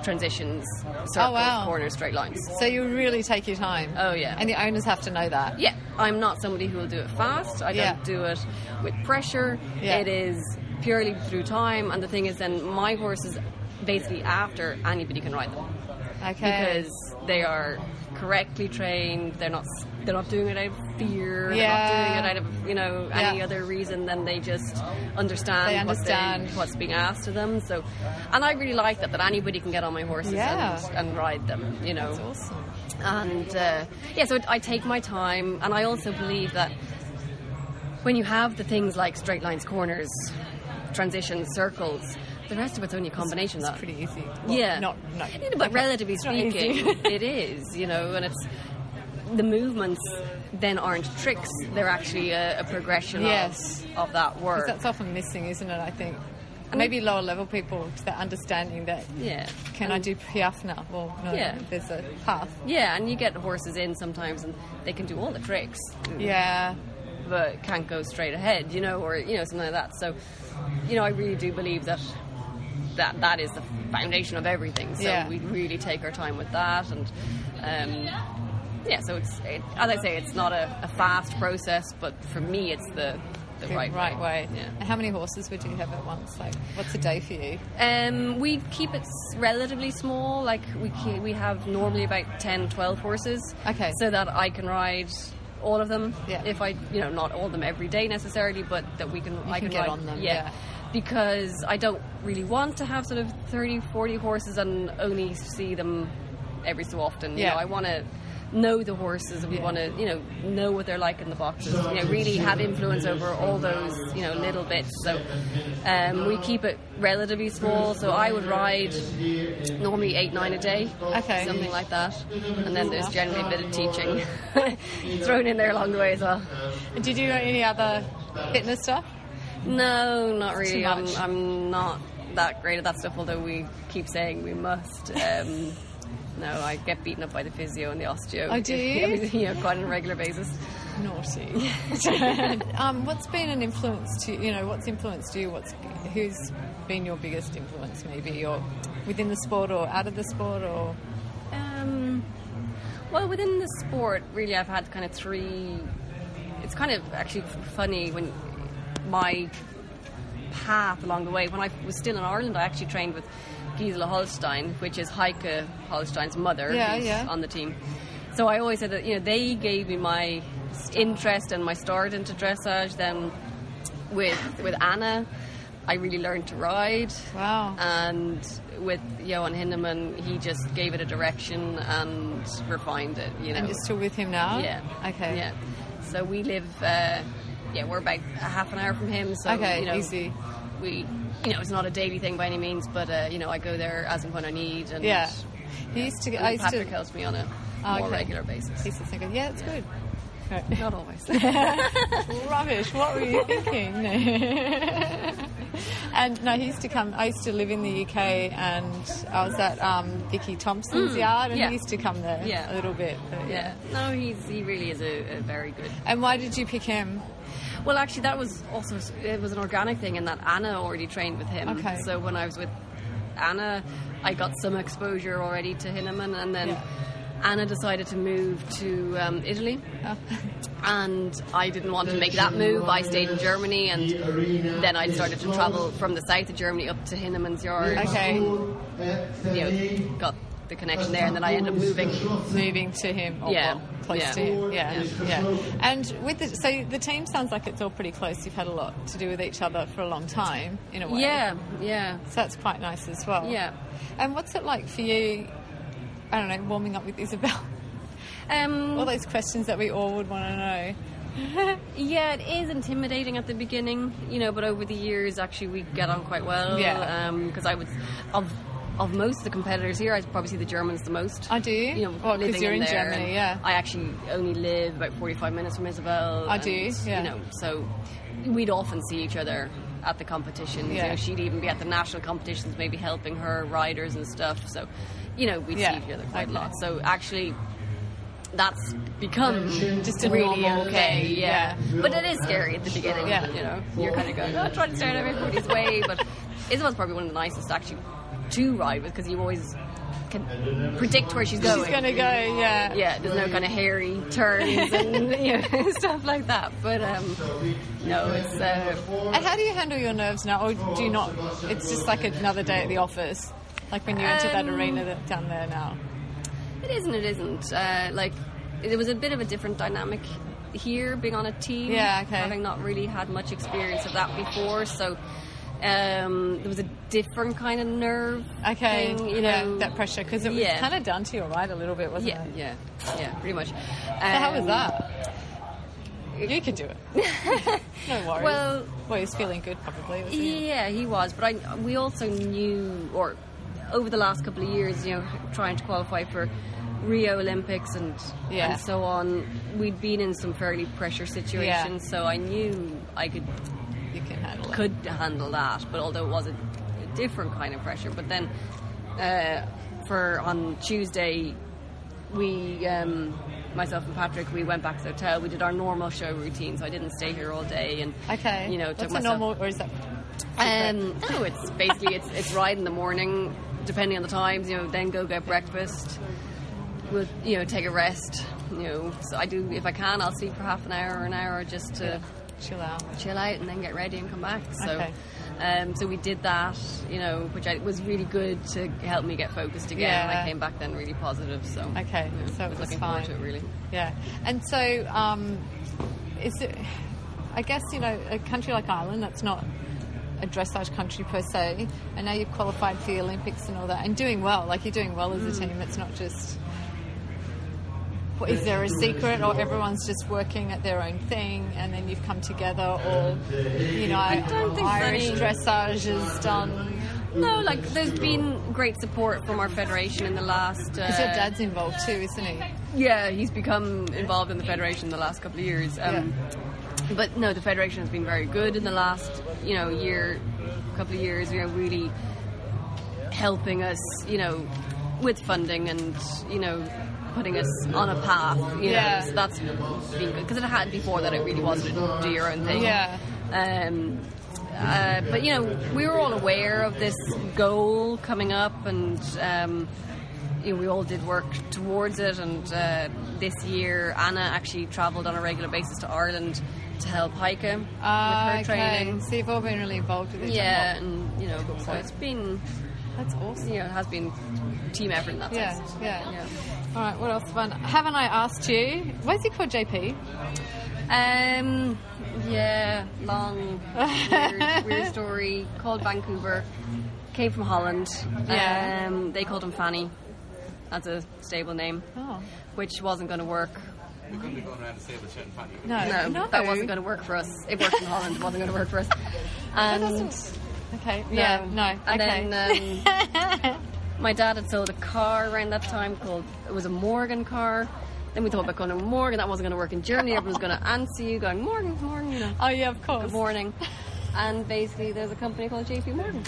[SPEAKER 2] transitions, circles,
[SPEAKER 1] Oh, wow.
[SPEAKER 2] corners, straight lines.
[SPEAKER 1] So you really take your time.
[SPEAKER 2] Oh, yeah.
[SPEAKER 1] And the owners have to know that.
[SPEAKER 2] Yeah, I'm not somebody who will do it fast. I
[SPEAKER 1] Yeah.
[SPEAKER 2] don't do it with pressure.
[SPEAKER 1] Yeah.
[SPEAKER 2] It is purely through time. And the thing is, then my horse is basically after anybody can ride them
[SPEAKER 1] Okay.
[SPEAKER 2] because they are correctly trained. They're not they're not doing it out of fear.
[SPEAKER 1] Yeah.
[SPEAKER 2] They're not doing it out of you know any
[SPEAKER 1] Yeah.
[SPEAKER 2] other reason than they just understand,
[SPEAKER 1] They
[SPEAKER 2] what
[SPEAKER 1] understand.
[SPEAKER 2] what's being asked of them. So, and I really like that that anybody can get on my horses
[SPEAKER 1] Yeah.
[SPEAKER 2] and, and ride them. You know,
[SPEAKER 1] That's awesome.
[SPEAKER 2] and uh, yeah, so I take my time, and I also believe that when you have the things like straight lines, corners, transitions, circles, the rest of it's only a combination.
[SPEAKER 1] It's
[SPEAKER 2] of that
[SPEAKER 1] pretty easy. Well,
[SPEAKER 2] yeah,
[SPEAKER 1] Not, no.
[SPEAKER 2] Yeah, but relatively
[SPEAKER 1] not
[SPEAKER 2] speaking, it is. You know, and it's the movements then aren't tricks; they're actually a, a progression of-
[SPEAKER 1] Yes.
[SPEAKER 2] of, that work.
[SPEAKER 1] That's often missing, isn't it? I think. Maybe lower level people to that understanding that
[SPEAKER 2] yeah.
[SPEAKER 1] can I do piaf now? Well, no,
[SPEAKER 2] Yeah.
[SPEAKER 1] there's a path.
[SPEAKER 2] Yeah, and you get horses in sometimes, and they can do all the tricks.
[SPEAKER 1] Yeah,
[SPEAKER 2] but can't go straight ahead, you know, or you know something like that. So, you know, I really do believe that that that is the foundation of everything. So
[SPEAKER 1] Yeah.
[SPEAKER 2] we really take our time with that, and um, yeah. So it's it, as I say, it's not a, a fast process, but for me, it's the the,
[SPEAKER 1] the
[SPEAKER 2] right,
[SPEAKER 1] right, way.
[SPEAKER 2] Yeah.
[SPEAKER 1] And how many horses would you have at once? Like, what's a day for you?
[SPEAKER 2] Um, we keep it s- relatively small. Like we ke- we have normally about 10, 12 horses.
[SPEAKER 1] Okay.
[SPEAKER 2] So that I can ride all of them.
[SPEAKER 1] Yeah.
[SPEAKER 2] If I, you know, not all of them every day necessarily, but that we can. I
[SPEAKER 1] can
[SPEAKER 2] can
[SPEAKER 1] get
[SPEAKER 2] ride-
[SPEAKER 1] on them, yeah.
[SPEAKER 2] Because I don't really want to have sort of 30, 40 horses and only see them every so often. You
[SPEAKER 1] Yeah.
[SPEAKER 2] know, I want to know the horses. We
[SPEAKER 1] Yeah.
[SPEAKER 2] want to, you know, know what they're like in the boxes. You know, really have influence over all those, you know, little bits. So um, we keep it relatively small. So I would ride normally eight, nine a day,
[SPEAKER 1] Okay.
[SPEAKER 2] something like that. And then there's generally a bit of teaching thrown in there along the way as well.
[SPEAKER 1] And did you do any other fitness stuff?
[SPEAKER 2] No, not really. I'm,
[SPEAKER 1] much.
[SPEAKER 2] I'm not that great at that stuff, although we keep saying we must. Um, no, I get beaten up by the physio and the osteo.
[SPEAKER 1] Oh, do you?
[SPEAKER 2] Everything, you know, quite on a regular basis.
[SPEAKER 1] Naughty. um, what's been an influence to you know? What's influenced you? What's who's been your biggest influence? Maybe or within the sport or out of the sport or
[SPEAKER 2] Um, well, within the sport, really, I've had kind of three. It's kind of actually funny when my path along the way. When I was still in Ireland, I actually trained with Gisela Holstein, which is Heike Holstein's mother,
[SPEAKER 1] Yeah,
[SPEAKER 2] who's
[SPEAKER 1] yeah.
[SPEAKER 2] on the team. So I always said that you know they gave me my s- interest and my start into dressage. Then with with Anna, I really learned to ride.
[SPEAKER 1] Wow.
[SPEAKER 2] Um, And with Johan Hindeman, he just gave it a direction and refined it. You know.
[SPEAKER 1] and you're still with him now?
[SPEAKER 2] Yeah.
[SPEAKER 1] Okay.
[SPEAKER 2] Yeah. So we live. Uh, yeah, we're about a half an hour from him. So
[SPEAKER 1] Okay,
[SPEAKER 2] you know,
[SPEAKER 1] easy.
[SPEAKER 2] We, you know, it's not a daily thing by any means, but uh, you know, I go there as and when I need, and
[SPEAKER 1] Yeah. He used to.
[SPEAKER 2] and
[SPEAKER 1] I used
[SPEAKER 2] Patrick
[SPEAKER 1] to.
[SPEAKER 2] helps me on a
[SPEAKER 1] Oh,
[SPEAKER 2] more
[SPEAKER 1] okay.
[SPEAKER 2] regular
[SPEAKER 1] He
[SPEAKER 2] basis.
[SPEAKER 1] used to think, of, yeah, it's good.
[SPEAKER 2] Not always.
[SPEAKER 1] Rubbish. What were you thinking? and no, he used to come. I used to live in the UK, and I was at um, Vicky Thompson's yard, and
[SPEAKER 2] Mm, yeah.
[SPEAKER 1] he used to come there
[SPEAKER 2] Yeah.
[SPEAKER 1] a little bit. but
[SPEAKER 2] yeah. No, he's he really is a, a very good
[SPEAKER 1] And why did you pick him?
[SPEAKER 2] Well, actually, that was also it was an organic thing in that Anna already trained with him.
[SPEAKER 1] Okay.
[SPEAKER 2] So when I was with Anna, I got some exposure already to Hinneman, and then
[SPEAKER 1] Yeah.
[SPEAKER 2] Anna decided to move to um, Italy,
[SPEAKER 1] Oh,
[SPEAKER 2] and I didn't want to make that move. I stayed in Germany, and then I started to travel from the south of Germany up to Hinneman's yard.
[SPEAKER 1] Okay.
[SPEAKER 2] You know, got the connection there, and then I ended up moving.
[SPEAKER 1] Moving to him, or
[SPEAKER 2] Yeah.
[SPEAKER 1] well, close
[SPEAKER 2] Yeah.
[SPEAKER 1] to him, yeah,
[SPEAKER 2] Yeah.
[SPEAKER 1] yeah. And with the, so the team sounds like it's all pretty close. You've had a lot to do with each other for a long time, in a way.
[SPEAKER 2] Yeah, yeah.
[SPEAKER 1] So that's quite nice as well.
[SPEAKER 2] Yeah.
[SPEAKER 1] And what's it like for you? I don't know, warming up with Isabel.
[SPEAKER 2] Um,
[SPEAKER 1] all those questions that we all would want to know.
[SPEAKER 2] Yeah, it is intimidating at the beginning, you know, but over the years, actually, we get on quite well.
[SPEAKER 1] Yeah.
[SPEAKER 2] Because I would, of of most of the competitors here, I probably see the Germans the most.
[SPEAKER 1] I do.
[SPEAKER 2] You know,
[SPEAKER 1] Well, 'cause
[SPEAKER 2] living
[SPEAKER 1] you're in
[SPEAKER 2] there,
[SPEAKER 1] Germany,
[SPEAKER 2] and
[SPEAKER 1] yeah.
[SPEAKER 2] I actually only live about 45 minutes from Isabel.
[SPEAKER 1] I
[SPEAKER 2] and,
[SPEAKER 1] do, yeah.
[SPEAKER 2] You know, so we'd often see each other at the competitions.
[SPEAKER 1] Yeah.
[SPEAKER 2] You know, she'd even be at the national competitions, maybe helping her riders and stuff. So, you know, we'd
[SPEAKER 1] Yeah,
[SPEAKER 2] see each other quite
[SPEAKER 1] okay.
[SPEAKER 2] a lot. So actually, that's become
[SPEAKER 1] Just a
[SPEAKER 2] really
[SPEAKER 1] normal
[SPEAKER 2] okay.
[SPEAKER 1] thing,
[SPEAKER 2] Yeah. but it is scary at the beginning.
[SPEAKER 1] Yeah.
[SPEAKER 2] you know, you're kind of going, oh, trying to stay out of everybody's way. But Isabel's probably one of the nicest actually to ride with because you always can predict where she's going.
[SPEAKER 1] She's gonna go, yeah.
[SPEAKER 2] yeah, there's no kind of hairy turns and you know, stuff like that. But um, no, it's uh,
[SPEAKER 1] And how do you handle your nerves now, or do you not? It's just like another day at the office, like when you enter that
[SPEAKER 2] Um,
[SPEAKER 1] arena that, down there now.
[SPEAKER 2] It is and it isn't. Uh, like, it was a bit of a different dynamic here, being on a team.
[SPEAKER 1] Yeah, okay.
[SPEAKER 2] Having not really had much experience of that before, so um, there was a different kind of nerve.
[SPEAKER 1] Okay,
[SPEAKER 2] thing, um, you
[SPEAKER 1] yeah,
[SPEAKER 2] know
[SPEAKER 1] that pressure because it was
[SPEAKER 2] Yeah.
[SPEAKER 1] kind of down to your right a little bit, wasn't
[SPEAKER 2] Yeah, Um,
[SPEAKER 1] it?
[SPEAKER 2] yeah, yeah, pretty much. Um,
[SPEAKER 1] So how was that? You could do it. no worries.
[SPEAKER 2] Well-
[SPEAKER 1] well, he was feeling good probably. Was he?
[SPEAKER 2] Yeah, he was. But I, we also knew, or over the last couple of years, you know, trying to qualify for Rio Olympics and
[SPEAKER 1] Yeah.
[SPEAKER 2] and so on, we'd been in some fairly pressure situations. So I knew I could
[SPEAKER 1] You can handle it.
[SPEAKER 2] could handle that, but although it was a, a different kind of pressure. But then, uh, for on Tuesday, we, um, myself and Patrick, we went back to the hotel. We did our normal show routine, so I didn't stay here all day. And
[SPEAKER 1] Okay.
[SPEAKER 2] you know,
[SPEAKER 1] what's
[SPEAKER 2] took
[SPEAKER 1] a
[SPEAKER 2] myself.
[SPEAKER 1] normal, or is that?
[SPEAKER 2] Um, no, it's basically it's it's ride in the morning, depending on the times. You know, then go get breakfast. We'll you know take a rest. You know, so I do if I can, I'll sleep for half an hour or an hour just to
[SPEAKER 1] Chill out.
[SPEAKER 2] chill out and then get ready and come back. So,
[SPEAKER 1] Okay.
[SPEAKER 2] um, so we did that. You know, which I, was really good to help me get focused again. And
[SPEAKER 1] Yeah.
[SPEAKER 2] I came back then really positive. So
[SPEAKER 1] Okay,
[SPEAKER 2] you know,
[SPEAKER 1] so it was
[SPEAKER 2] was looking
[SPEAKER 1] fine.
[SPEAKER 2] forward to it really.
[SPEAKER 1] Yeah, and so um, is it? I guess you know a country like Ireland that's not a dressage country per se, and now you've qualified for the Olympics and all that, and doing well. Like you're doing well as a
[SPEAKER 2] Hmm.
[SPEAKER 1] team. It's not just. what- Is there a secret, or everyone's just working at their own thing, and then you've come together, or you know,
[SPEAKER 2] don't think there's
[SPEAKER 1] Irish
[SPEAKER 2] any-
[SPEAKER 1] dressage is done.
[SPEAKER 2] No, like there's been great support from our federation in the last. Uh,
[SPEAKER 1] Because your dad's involved too, isn't he?
[SPEAKER 2] Yeah, he's become involved in the federation the last couple of years. Um, But no, the federation has been very good in the last, you know, year, couple of years. You know, really helping us, you know, with funding and you know, putting us on a path. You
[SPEAKER 1] Yeah.
[SPEAKER 2] know, so that's been good because it had before that it really was to do your own thing.
[SPEAKER 1] Yeah.
[SPEAKER 2] Um, uh, but you know, we were all aware of this goal coming up, and um, you know, we all did work towards it. And uh, this year, Anna actually travelled on a regular basis to Ireland to help Heike with
[SPEAKER 1] Ah,
[SPEAKER 2] her training.
[SPEAKER 1] So you've all been really involved with it.
[SPEAKER 2] Yeah, and you know, so it's been
[SPEAKER 1] that's awesome.
[SPEAKER 2] you know, it has been team effort in that
[SPEAKER 1] Yeah,
[SPEAKER 2] sense.
[SPEAKER 1] yeah. All right, what else fun? Haven't I asked you? Why is he called JP?
[SPEAKER 2] Yeah. Um, yeah, long, weird, weird story. Called Vancouver, came from Holland.
[SPEAKER 1] Yeah.
[SPEAKER 2] Um, they called him Fanny as a stable name,
[SPEAKER 1] Oh,
[SPEAKER 2] which wasn't going to work.
[SPEAKER 3] You couldn't be going around the stable shouting funny.
[SPEAKER 1] no.
[SPEAKER 2] No, that wasn't going to work for us. It worked in Holland, it wasn't going to work for us.
[SPEAKER 1] That
[SPEAKER 2] And
[SPEAKER 1] doesn't- Okay, yeah, no.
[SPEAKER 2] And
[SPEAKER 1] okay.
[SPEAKER 2] then um, my dad had sold a car around that time called it was a Morgan car. Then we thought about going to Morgan. That wasn't going to work in Germany. Everyone was going to answer you, going Morgan, Morgan, you know,
[SPEAKER 1] oh, yeah, of
[SPEAKER 2] good
[SPEAKER 1] course.
[SPEAKER 2] morning. And basically, there's a company called JP Morgan.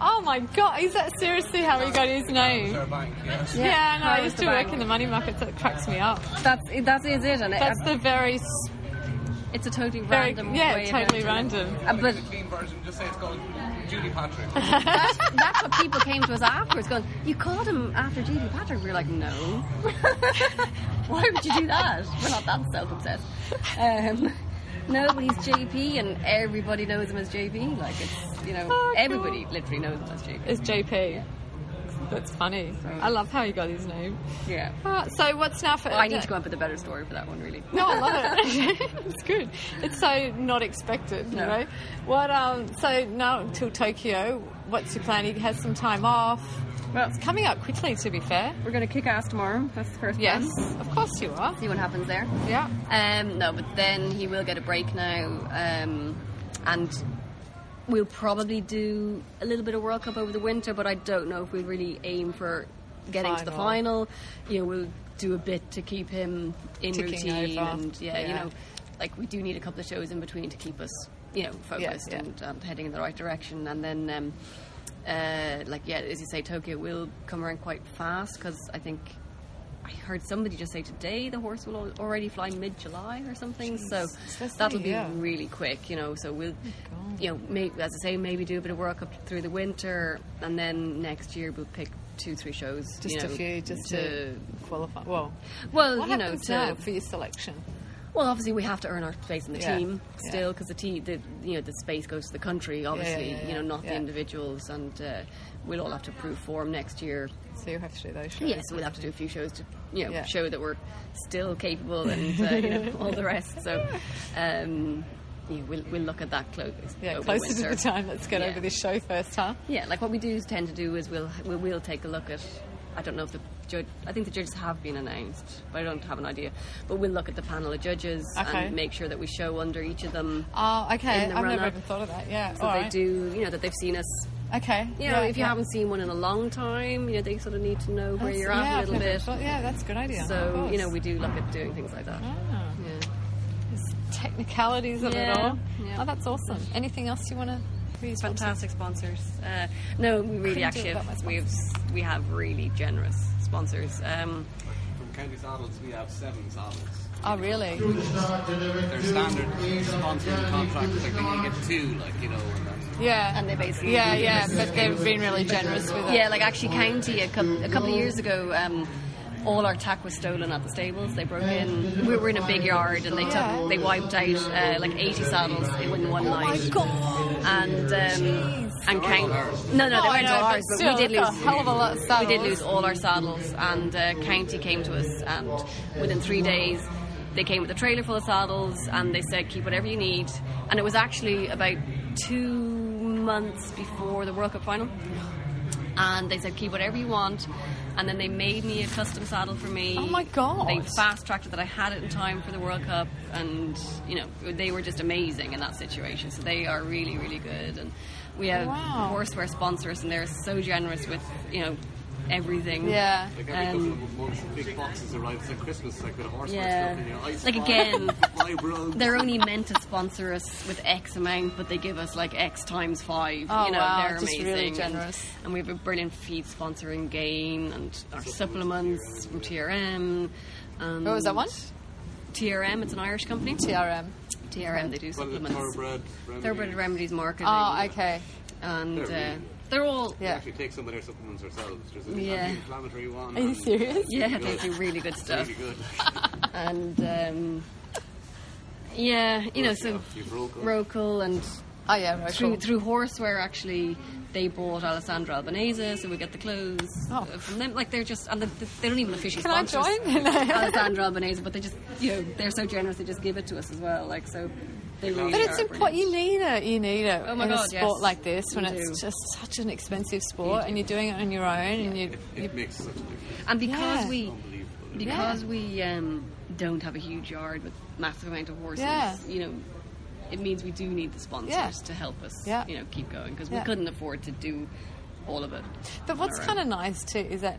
[SPEAKER 1] Oh, my God. Is that seriously how he got his name?
[SPEAKER 3] Sir Bank, yeah.
[SPEAKER 1] Yeah, no, I
[SPEAKER 2] Cars
[SPEAKER 1] used
[SPEAKER 2] the
[SPEAKER 1] to work
[SPEAKER 2] bank.
[SPEAKER 1] in the money markets. That cracks me up.
[SPEAKER 2] That's that is it, and it,
[SPEAKER 1] That's the very, s-
[SPEAKER 2] it's a totally
[SPEAKER 1] very
[SPEAKER 2] random.
[SPEAKER 1] yeah,
[SPEAKER 2] way of
[SPEAKER 1] totally
[SPEAKER 2] doing it.
[SPEAKER 1] random.
[SPEAKER 2] Uh, but
[SPEAKER 3] It's a clean version, just say it's called Judy Patrick.
[SPEAKER 2] that's what people came to us afterwards, going, "You called him after JP Patrick." We were like, "No, why would you do that? We're not that self-obsessed." Um, no, but he's JP, and everybody knows him as JP. Like it's you know,
[SPEAKER 1] Oh, cool.
[SPEAKER 2] everybody literally knows him as JP.
[SPEAKER 1] It's JP. That's funny. I love how he got his name.
[SPEAKER 2] Yeah.
[SPEAKER 1] Ah, so what's now for?
[SPEAKER 2] Well, I need to come up with a better story for that one, really.
[SPEAKER 1] No, Oh, I love it. it's good. It's so not expected, you
[SPEAKER 2] No.
[SPEAKER 1] know. What? Um, so now until Tokyo, what's your plan? He has some time off.
[SPEAKER 2] Well,
[SPEAKER 1] It's coming up quickly, to be fair.
[SPEAKER 2] we're going to kick ass tomorrow. That's the first
[SPEAKER 1] Yes, of course you are.
[SPEAKER 2] See what happens there.
[SPEAKER 1] Yeah.
[SPEAKER 2] Um, no, but then he will get a break now, um, and we'll probably do a little bit of World Cup over the winter. But I don't know if we really aim for getting to the
[SPEAKER 1] Final.
[SPEAKER 2] final. You know, we'll do a bit to keep him in
[SPEAKER 1] Ticking
[SPEAKER 2] routine,
[SPEAKER 1] over.
[SPEAKER 2] and yeah, you
[SPEAKER 1] Yeah.
[SPEAKER 2] know, like we do need a couple of shows in between to keep us, you know, focused
[SPEAKER 1] yeah.
[SPEAKER 2] And, and heading in the right direction. And then, um, uh, like yeah, as you say, Tokyo will come around quite fast because I think I heard somebody just say today the horse will al- already fly mid-July or something.
[SPEAKER 1] It's
[SPEAKER 2] So
[SPEAKER 1] this
[SPEAKER 2] that'll
[SPEAKER 1] thing,
[SPEAKER 2] be
[SPEAKER 1] yeah. Oh,
[SPEAKER 2] really quick, you know. So we'll, you know, may, as I say, maybe do a bit of work up through the winter, and then next year we'll pick two, three shows.
[SPEAKER 1] Just
[SPEAKER 2] you
[SPEAKER 1] a
[SPEAKER 2] know,
[SPEAKER 1] few, just to, qualify. Well,
[SPEAKER 2] Well,
[SPEAKER 1] what
[SPEAKER 2] you know,
[SPEAKER 1] happens
[SPEAKER 2] to-
[SPEAKER 1] now for your selection?
[SPEAKER 2] Well, obviously we have to earn our place in the
[SPEAKER 1] Yeah.
[SPEAKER 2] team
[SPEAKER 1] Yeah.
[SPEAKER 2] still because the, te- the you know the space goes to the country. Obviously,
[SPEAKER 1] yeah,
[SPEAKER 2] you know,
[SPEAKER 1] yeah,
[SPEAKER 2] not
[SPEAKER 1] yeah.
[SPEAKER 2] the individuals, and uh, we'll all have to prove form next year.
[SPEAKER 1] So you have to do those shows.
[SPEAKER 2] Yes, we'll have to do a few shows to you know
[SPEAKER 1] Yeah.
[SPEAKER 2] show that we're still capable and uh, you know all the rest. So. Um, yeah, we'll, we'll look at that close.
[SPEAKER 1] Yeah,
[SPEAKER 2] over
[SPEAKER 1] closer
[SPEAKER 2] winter.
[SPEAKER 1] to the time. Let's get
[SPEAKER 2] Yeah.
[SPEAKER 1] over this show first, huh?
[SPEAKER 2] Yeah, like what we do tend to do is we'll we'll, we'll take a look at. I don't know if the judge. I think the judges have been announced, but I don't have an idea. But we'll look at the panel of judges
[SPEAKER 1] Okay.
[SPEAKER 2] and make sure that we show under each of them.
[SPEAKER 1] Oh, okay.
[SPEAKER 2] In the
[SPEAKER 1] I've never
[SPEAKER 2] run-up.
[SPEAKER 1] even thought of that. Yeah.
[SPEAKER 2] So
[SPEAKER 1] all
[SPEAKER 2] they
[SPEAKER 1] right.
[SPEAKER 2] do, you know, that they've seen us.
[SPEAKER 1] Okay.
[SPEAKER 2] You know, if you haven't seen one in a long time, you know, they sort of need to know where you're
[SPEAKER 1] yeah,
[SPEAKER 2] at a
[SPEAKER 1] I've
[SPEAKER 2] little
[SPEAKER 1] never
[SPEAKER 2] bit.
[SPEAKER 1] Thought, yeah, that's a good idea. of
[SPEAKER 2] So,
[SPEAKER 1] course.
[SPEAKER 2] you know, we do look at doing things like that.
[SPEAKER 1] Ah,
[SPEAKER 2] Yeah.
[SPEAKER 1] there's technicalities of it
[SPEAKER 2] Yeah,
[SPEAKER 1] all.
[SPEAKER 2] yeah.
[SPEAKER 1] Oh, that's awesome. Anything else you want to?
[SPEAKER 2] Fantastic sponsors. Uh, no, we really
[SPEAKER 1] do
[SPEAKER 2] actually
[SPEAKER 1] without my
[SPEAKER 2] have, we have we have really generous sponsors. Um,
[SPEAKER 3] From County Saddles, we have seven saddles.
[SPEAKER 1] Oh, really?
[SPEAKER 3] Their standard sponsoring contracts, like they get two, like, you know, and that's
[SPEAKER 1] Yeah.
[SPEAKER 2] and they basically
[SPEAKER 1] yeah, yeah, but they've been really generous with it.
[SPEAKER 2] Yeah, like actually, county a, cou- a couple of years ago, um, all our tack was stolen at the stables. They broke in. We were in a big yard, and they
[SPEAKER 1] Yeah.
[SPEAKER 2] took they wiped out uh, like eighty saddles in one night.
[SPEAKER 1] Oh God.
[SPEAKER 2] And um, and count.
[SPEAKER 1] No,
[SPEAKER 2] No, no, they
[SPEAKER 1] Oh, I
[SPEAKER 2] weren't
[SPEAKER 1] know,
[SPEAKER 2] all ours,
[SPEAKER 1] but
[SPEAKER 2] but
[SPEAKER 1] still,
[SPEAKER 2] we did
[SPEAKER 1] that's a
[SPEAKER 2] lose
[SPEAKER 1] hell of a lot of
[SPEAKER 2] We did
[SPEAKER 1] saddles.
[SPEAKER 2] lose all our saddles, and uh, county came to us, and within three days. They came with a trailer full of saddles and they said, keep whatever you need. And it was actually about two months before the World Cup final and they said keep whatever you want and then they made me a custom saddle for me
[SPEAKER 1] Oh my God.
[SPEAKER 2] they fast tracked it that i had it in time for the world cup and you know they were just amazing in that situation so they are really really good and we have
[SPEAKER 1] Wow.
[SPEAKER 2] horseware sponsors and they're so generous with you know everything
[SPEAKER 1] Yeah.
[SPEAKER 3] Like every
[SPEAKER 2] Um,
[SPEAKER 3] couple of months, big boxes arrive. It's like Christmas, like with a horse
[SPEAKER 2] Yeah.
[SPEAKER 3] stuff in your ice.
[SPEAKER 2] Like,
[SPEAKER 3] box,
[SPEAKER 2] again,
[SPEAKER 3] Vibro.
[SPEAKER 2] they're only meant to sponsor us with X amount, but they give us like X times five.
[SPEAKER 1] Oh,
[SPEAKER 2] you know,
[SPEAKER 1] wow,
[SPEAKER 2] they're
[SPEAKER 1] just
[SPEAKER 2] amazing.
[SPEAKER 1] really
[SPEAKER 2] And-
[SPEAKER 1] generous.
[SPEAKER 2] And, we have a brilliant feed sponsoring game and our supplements from TRM. And
[SPEAKER 1] What was Oh, that one?
[SPEAKER 2] TRM, it's an Irish company.
[SPEAKER 1] TRM.
[SPEAKER 2] TRM, they do
[SPEAKER 3] One of the
[SPEAKER 2] supplements.
[SPEAKER 3] thoroughbred remedies.
[SPEAKER 2] Thoroughbred Remedies Marketing.
[SPEAKER 1] Oh, okay.
[SPEAKER 2] And
[SPEAKER 3] They're
[SPEAKER 2] uh,
[SPEAKER 3] really-
[SPEAKER 2] they're all.
[SPEAKER 3] We
[SPEAKER 1] Yeah.
[SPEAKER 3] actually take some of their supplements ourselves. There's an
[SPEAKER 2] Yeah.
[SPEAKER 3] anti-inflammatory one.
[SPEAKER 1] Are you serious?
[SPEAKER 2] Yeah, they do really good stuff.
[SPEAKER 3] Really good.
[SPEAKER 2] And um, yeah, you know, so
[SPEAKER 3] You've Rocal.
[SPEAKER 2] Rocal and
[SPEAKER 1] Oh, yeah, right.
[SPEAKER 2] through
[SPEAKER 1] Cool.
[SPEAKER 2] through horseware actually they bought Alessandra Albanese so we get the clothes
[SPEAKER 1] Oh.
[SPEAKER 2] uh, from them like they're just and they, they don't even officially
[SPEAKER 1] Can I
[SPEAKER 2] sponsor us,
[SPEAKER 1] join?
[SPEAKER 2] Alessandra Albanese but they just you know they're so generous they just give it to us as well like so they really
[SPEAKER 1] But it's
[SPEAKER 2] are
[SPEAKER 1] important.
[SPEAKER 2] brilliant.
[SPEAKER 1] You need it. You need it
[SPEAKER 2] Oh my
[SPEAKER 1] in a
[SPEAKER 2] God, yes.
[SPEAKER 1] sport like this when
[SPEAKER 2] You
[SPEAKER 1] it's
[SPEAKER 2] do.
[SPEAKER 1] just such an expensive sport, and you're doing it on your own, and you,
[SPEAKER 3] It,
[SPEAKER 1] you
[SPEAKER 3] it makes such a difference.
[SPEAKER 2] and because
[SPEAKER 1] Yeah.
[SPEAKER 2] we
[SPEAKER 3] Unbelievable.
[SPEAKER 2] because we um, don't have a huge yard with massive amount of horses
[SPEAKER 1] Yeah.
[SPEAKER 2] you know it means we do need the sponsors
[SPEAKER 1] Yeah.
[SPEAKER 2] to help us
[SPEAKER 1] Yeah.
[SPEAKER 2] you know keep going because
[SPEAKER 1] Yeah.
[SPEAKER 2] we couldn't afford to do all of it
[SPEAKER 1] But
[SPEAKER 2] on
[SPEAKER 1] what's
[SPEAKER 2] our own.
[SPEAKER 1] kind of nice too is that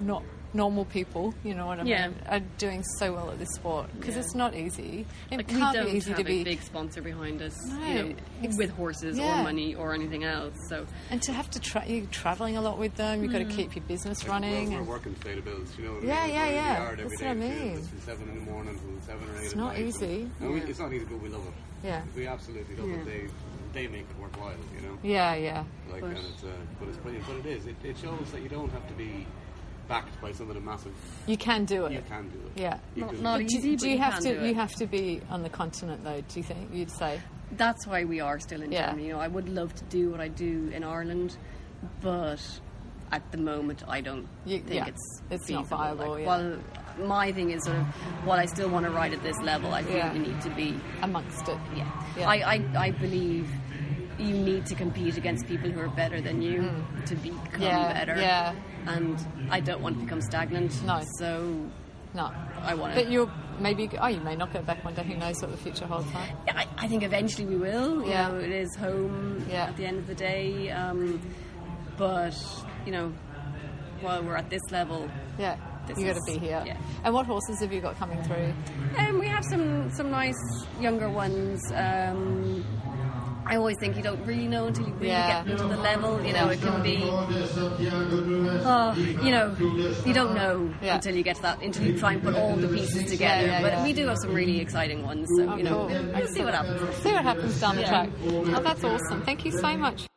[SPEAKER 1] not normal people, you know what I
[SPEAKER 2] Yeah.
[SPEAKER 1] mean, are doing so well at this sport because
[SPEAKER 2] Yeah.
[SPEAKER 1] it's not easy. It
[SPEAKER 2] Like, we
[SPEAKER 1] can't
[SPEAKER 2] don't
[SPEAKER 1] be easy
[SPEAKER 2] have
[SPEAKER 1] to be
[SPEAKER 2] a big sponsor behind us,
[SPEAKER 1] No.
[SPEAKER 2] you know,
[SPEAKER 1] Ex-
[SPEAKER 2] with horses
[SPEAKER 1] yeah.
[SPEAKER 2] or money or anything else. So
[SPEAKER 1] and to have to tra- you're traveling a lot with them. You've
[SPEAKER 2] Mm.
[SPEAKER 1] got to keep your business running.
[SPEAKER 3] We're,
[SPEAKER 1] and-
[SPEAKER 3] we're working to pay the bills, you know. what I
[SPEAKER 1] Yeah,
[SPEAKER 3] mean?
[SPEAKER 1] yeah,
[SPEAKER 3] We're in the
[SPEAKER 1] yeah.
[SPEAKER 3] yard every
[SPEAKER 1] That's
[SPEAKER 3] day
[SPEAKER 1] what I
[SPEAKER 3] too.
[SPEAKER 1] mean.
[SPEAKER 3] It's from seven in the morning till seven or eight.
[SPEAKER 1] It's
[SPEAKER 3] at
[SPEAKER 1] not
[SPEAKER 3] night, and-
[SPEAKER 1] easy.
[SPEAKER 3] No, we- it's not easy, but we love it.
[SPEAKER 1] Yeah.
[SPEAKER 3] We absolutely love it.
[SPEAKER 2] Yeah.
[SPEAKER 3] They they make it worthwhile, you know.
[SPEAKER 1] yeah, yeah,
[SPEAKER 3] Like,
[SPEAKER 2] But-
[SPEAKER 3] and it's, uh, but it's brilliant. But it is. It, it shows that you don't have to be backed by some of the massive.
[SPEAKER 1] you can do it.
[SPEAKER 3] You can do it.
[SPEAKER 1] Yeah.
[SPEAKER 3] You
[SPEAKER 2] Not-
[SPEAKER 3] can-
[SPEAKER 2] not
[SPEAKER 1] But do,
[SPEAKER 2] easy,
[SPEAKER 1] do
[SPEAKER 2] but
[SPEAKER 1] you,
[SPEAKER 2] you
[SPEAKER 1] have
[SPEAKER 2] can
[SPEAKER 1] to?
[SPEAKER 2] do it.
[SPEAKER 1] You have to be on the continent, though. Do you think you'd say?
[SPEAKER 2] that's why we are still in
[SPEAKER 1] Yeah.
[SPEAKER 2] Germany. You know, I would love to do what I do in Ireland, but at the moment, I don't
[SPEAKER 1] You-
[SPEAKER 2] think
[SPEAKER 1] yeah.
[SPEAKER 2] it's
[SPEAKER 1] It's not
[SPEAKER 2] feasible.
[SPEAKER 1] viable,
[SPEAKER 2] Like,
[SPEAKER 1] yeah.
[SPEAKER 2] While my thing is sort of while I still want to ride at this level, I think
[SPEAKER 1] Yeah.
[SPEAKER 2] you need to be
[SPEAKER 1] amongst it.
[SPEAKER 2] Yeah.
[SPEAKER 1] Yeah.
[SPEAKER 2] I, I, I believe you need to compete against people who are better than you to become
[SPEAKER 1] Mm. Yeah,
[SPEAKER 2] better.
[SPEAKER 1] yeah.
[SPEAKER 2] And I don't want to become stagnant.
[SPEAKER 1] No.
[SPEAKER 2] So
[SPEAKER 1] No,
[SPEAKER 2] I want
[SPEAKER 1] but
[SPEAKER 2] to.
[SPEAKER 1] you'll maybe. Oh, you may not go back one day. Who knows what the future holds? Huh?
[SPEAKER 2] I, I think eventually we will. You
[SPEAKER 1] Yeah.
[SPEAKER 2] know, it is home
[SPEAKER 1] Yeah.
[SPEAKER 2] at the end of the day. Um, but, you know, while we're at this level,
[SPEAKER 1] Yeah,
[SPEAKER 2] This
[SPEAKER 1] you got
[SPEAKER 2] is-
[SPEAKER 1] to be here.
[SPEAKER 2] yeah.
[SPEAKER 1] And what horses have you got coming through?
[SPEAKER 2] um, we have some, some nice younger ones. Um, I always think you don't really know until you really
[SPEAKER 1] Yeah.
[SPEAKER 2] get to the level. You know, it can be, oh, you know, you don't know
[SPEAKER 1] Yeah.
[SPEAKER 2] until you get to that, until you try and put all the pieces together.
[SPEAKER 1] yeah,
[SPEAKER 2] but
[SPEAKER 1] yeah.
[SPEAKER 2] we do have some really exciting ones, so,
[SPEAKER 1] Oh,
[SPEAKER 2] you know,
[SPEAKER 1] cool.
[SPEAKER 2] we'll see what happens.
[SPEAKER 1] See what happens down the
[SPEAKER 2] Yeah.
[SPEAKER 1] track. Oh, that's awesome. Thank you so much.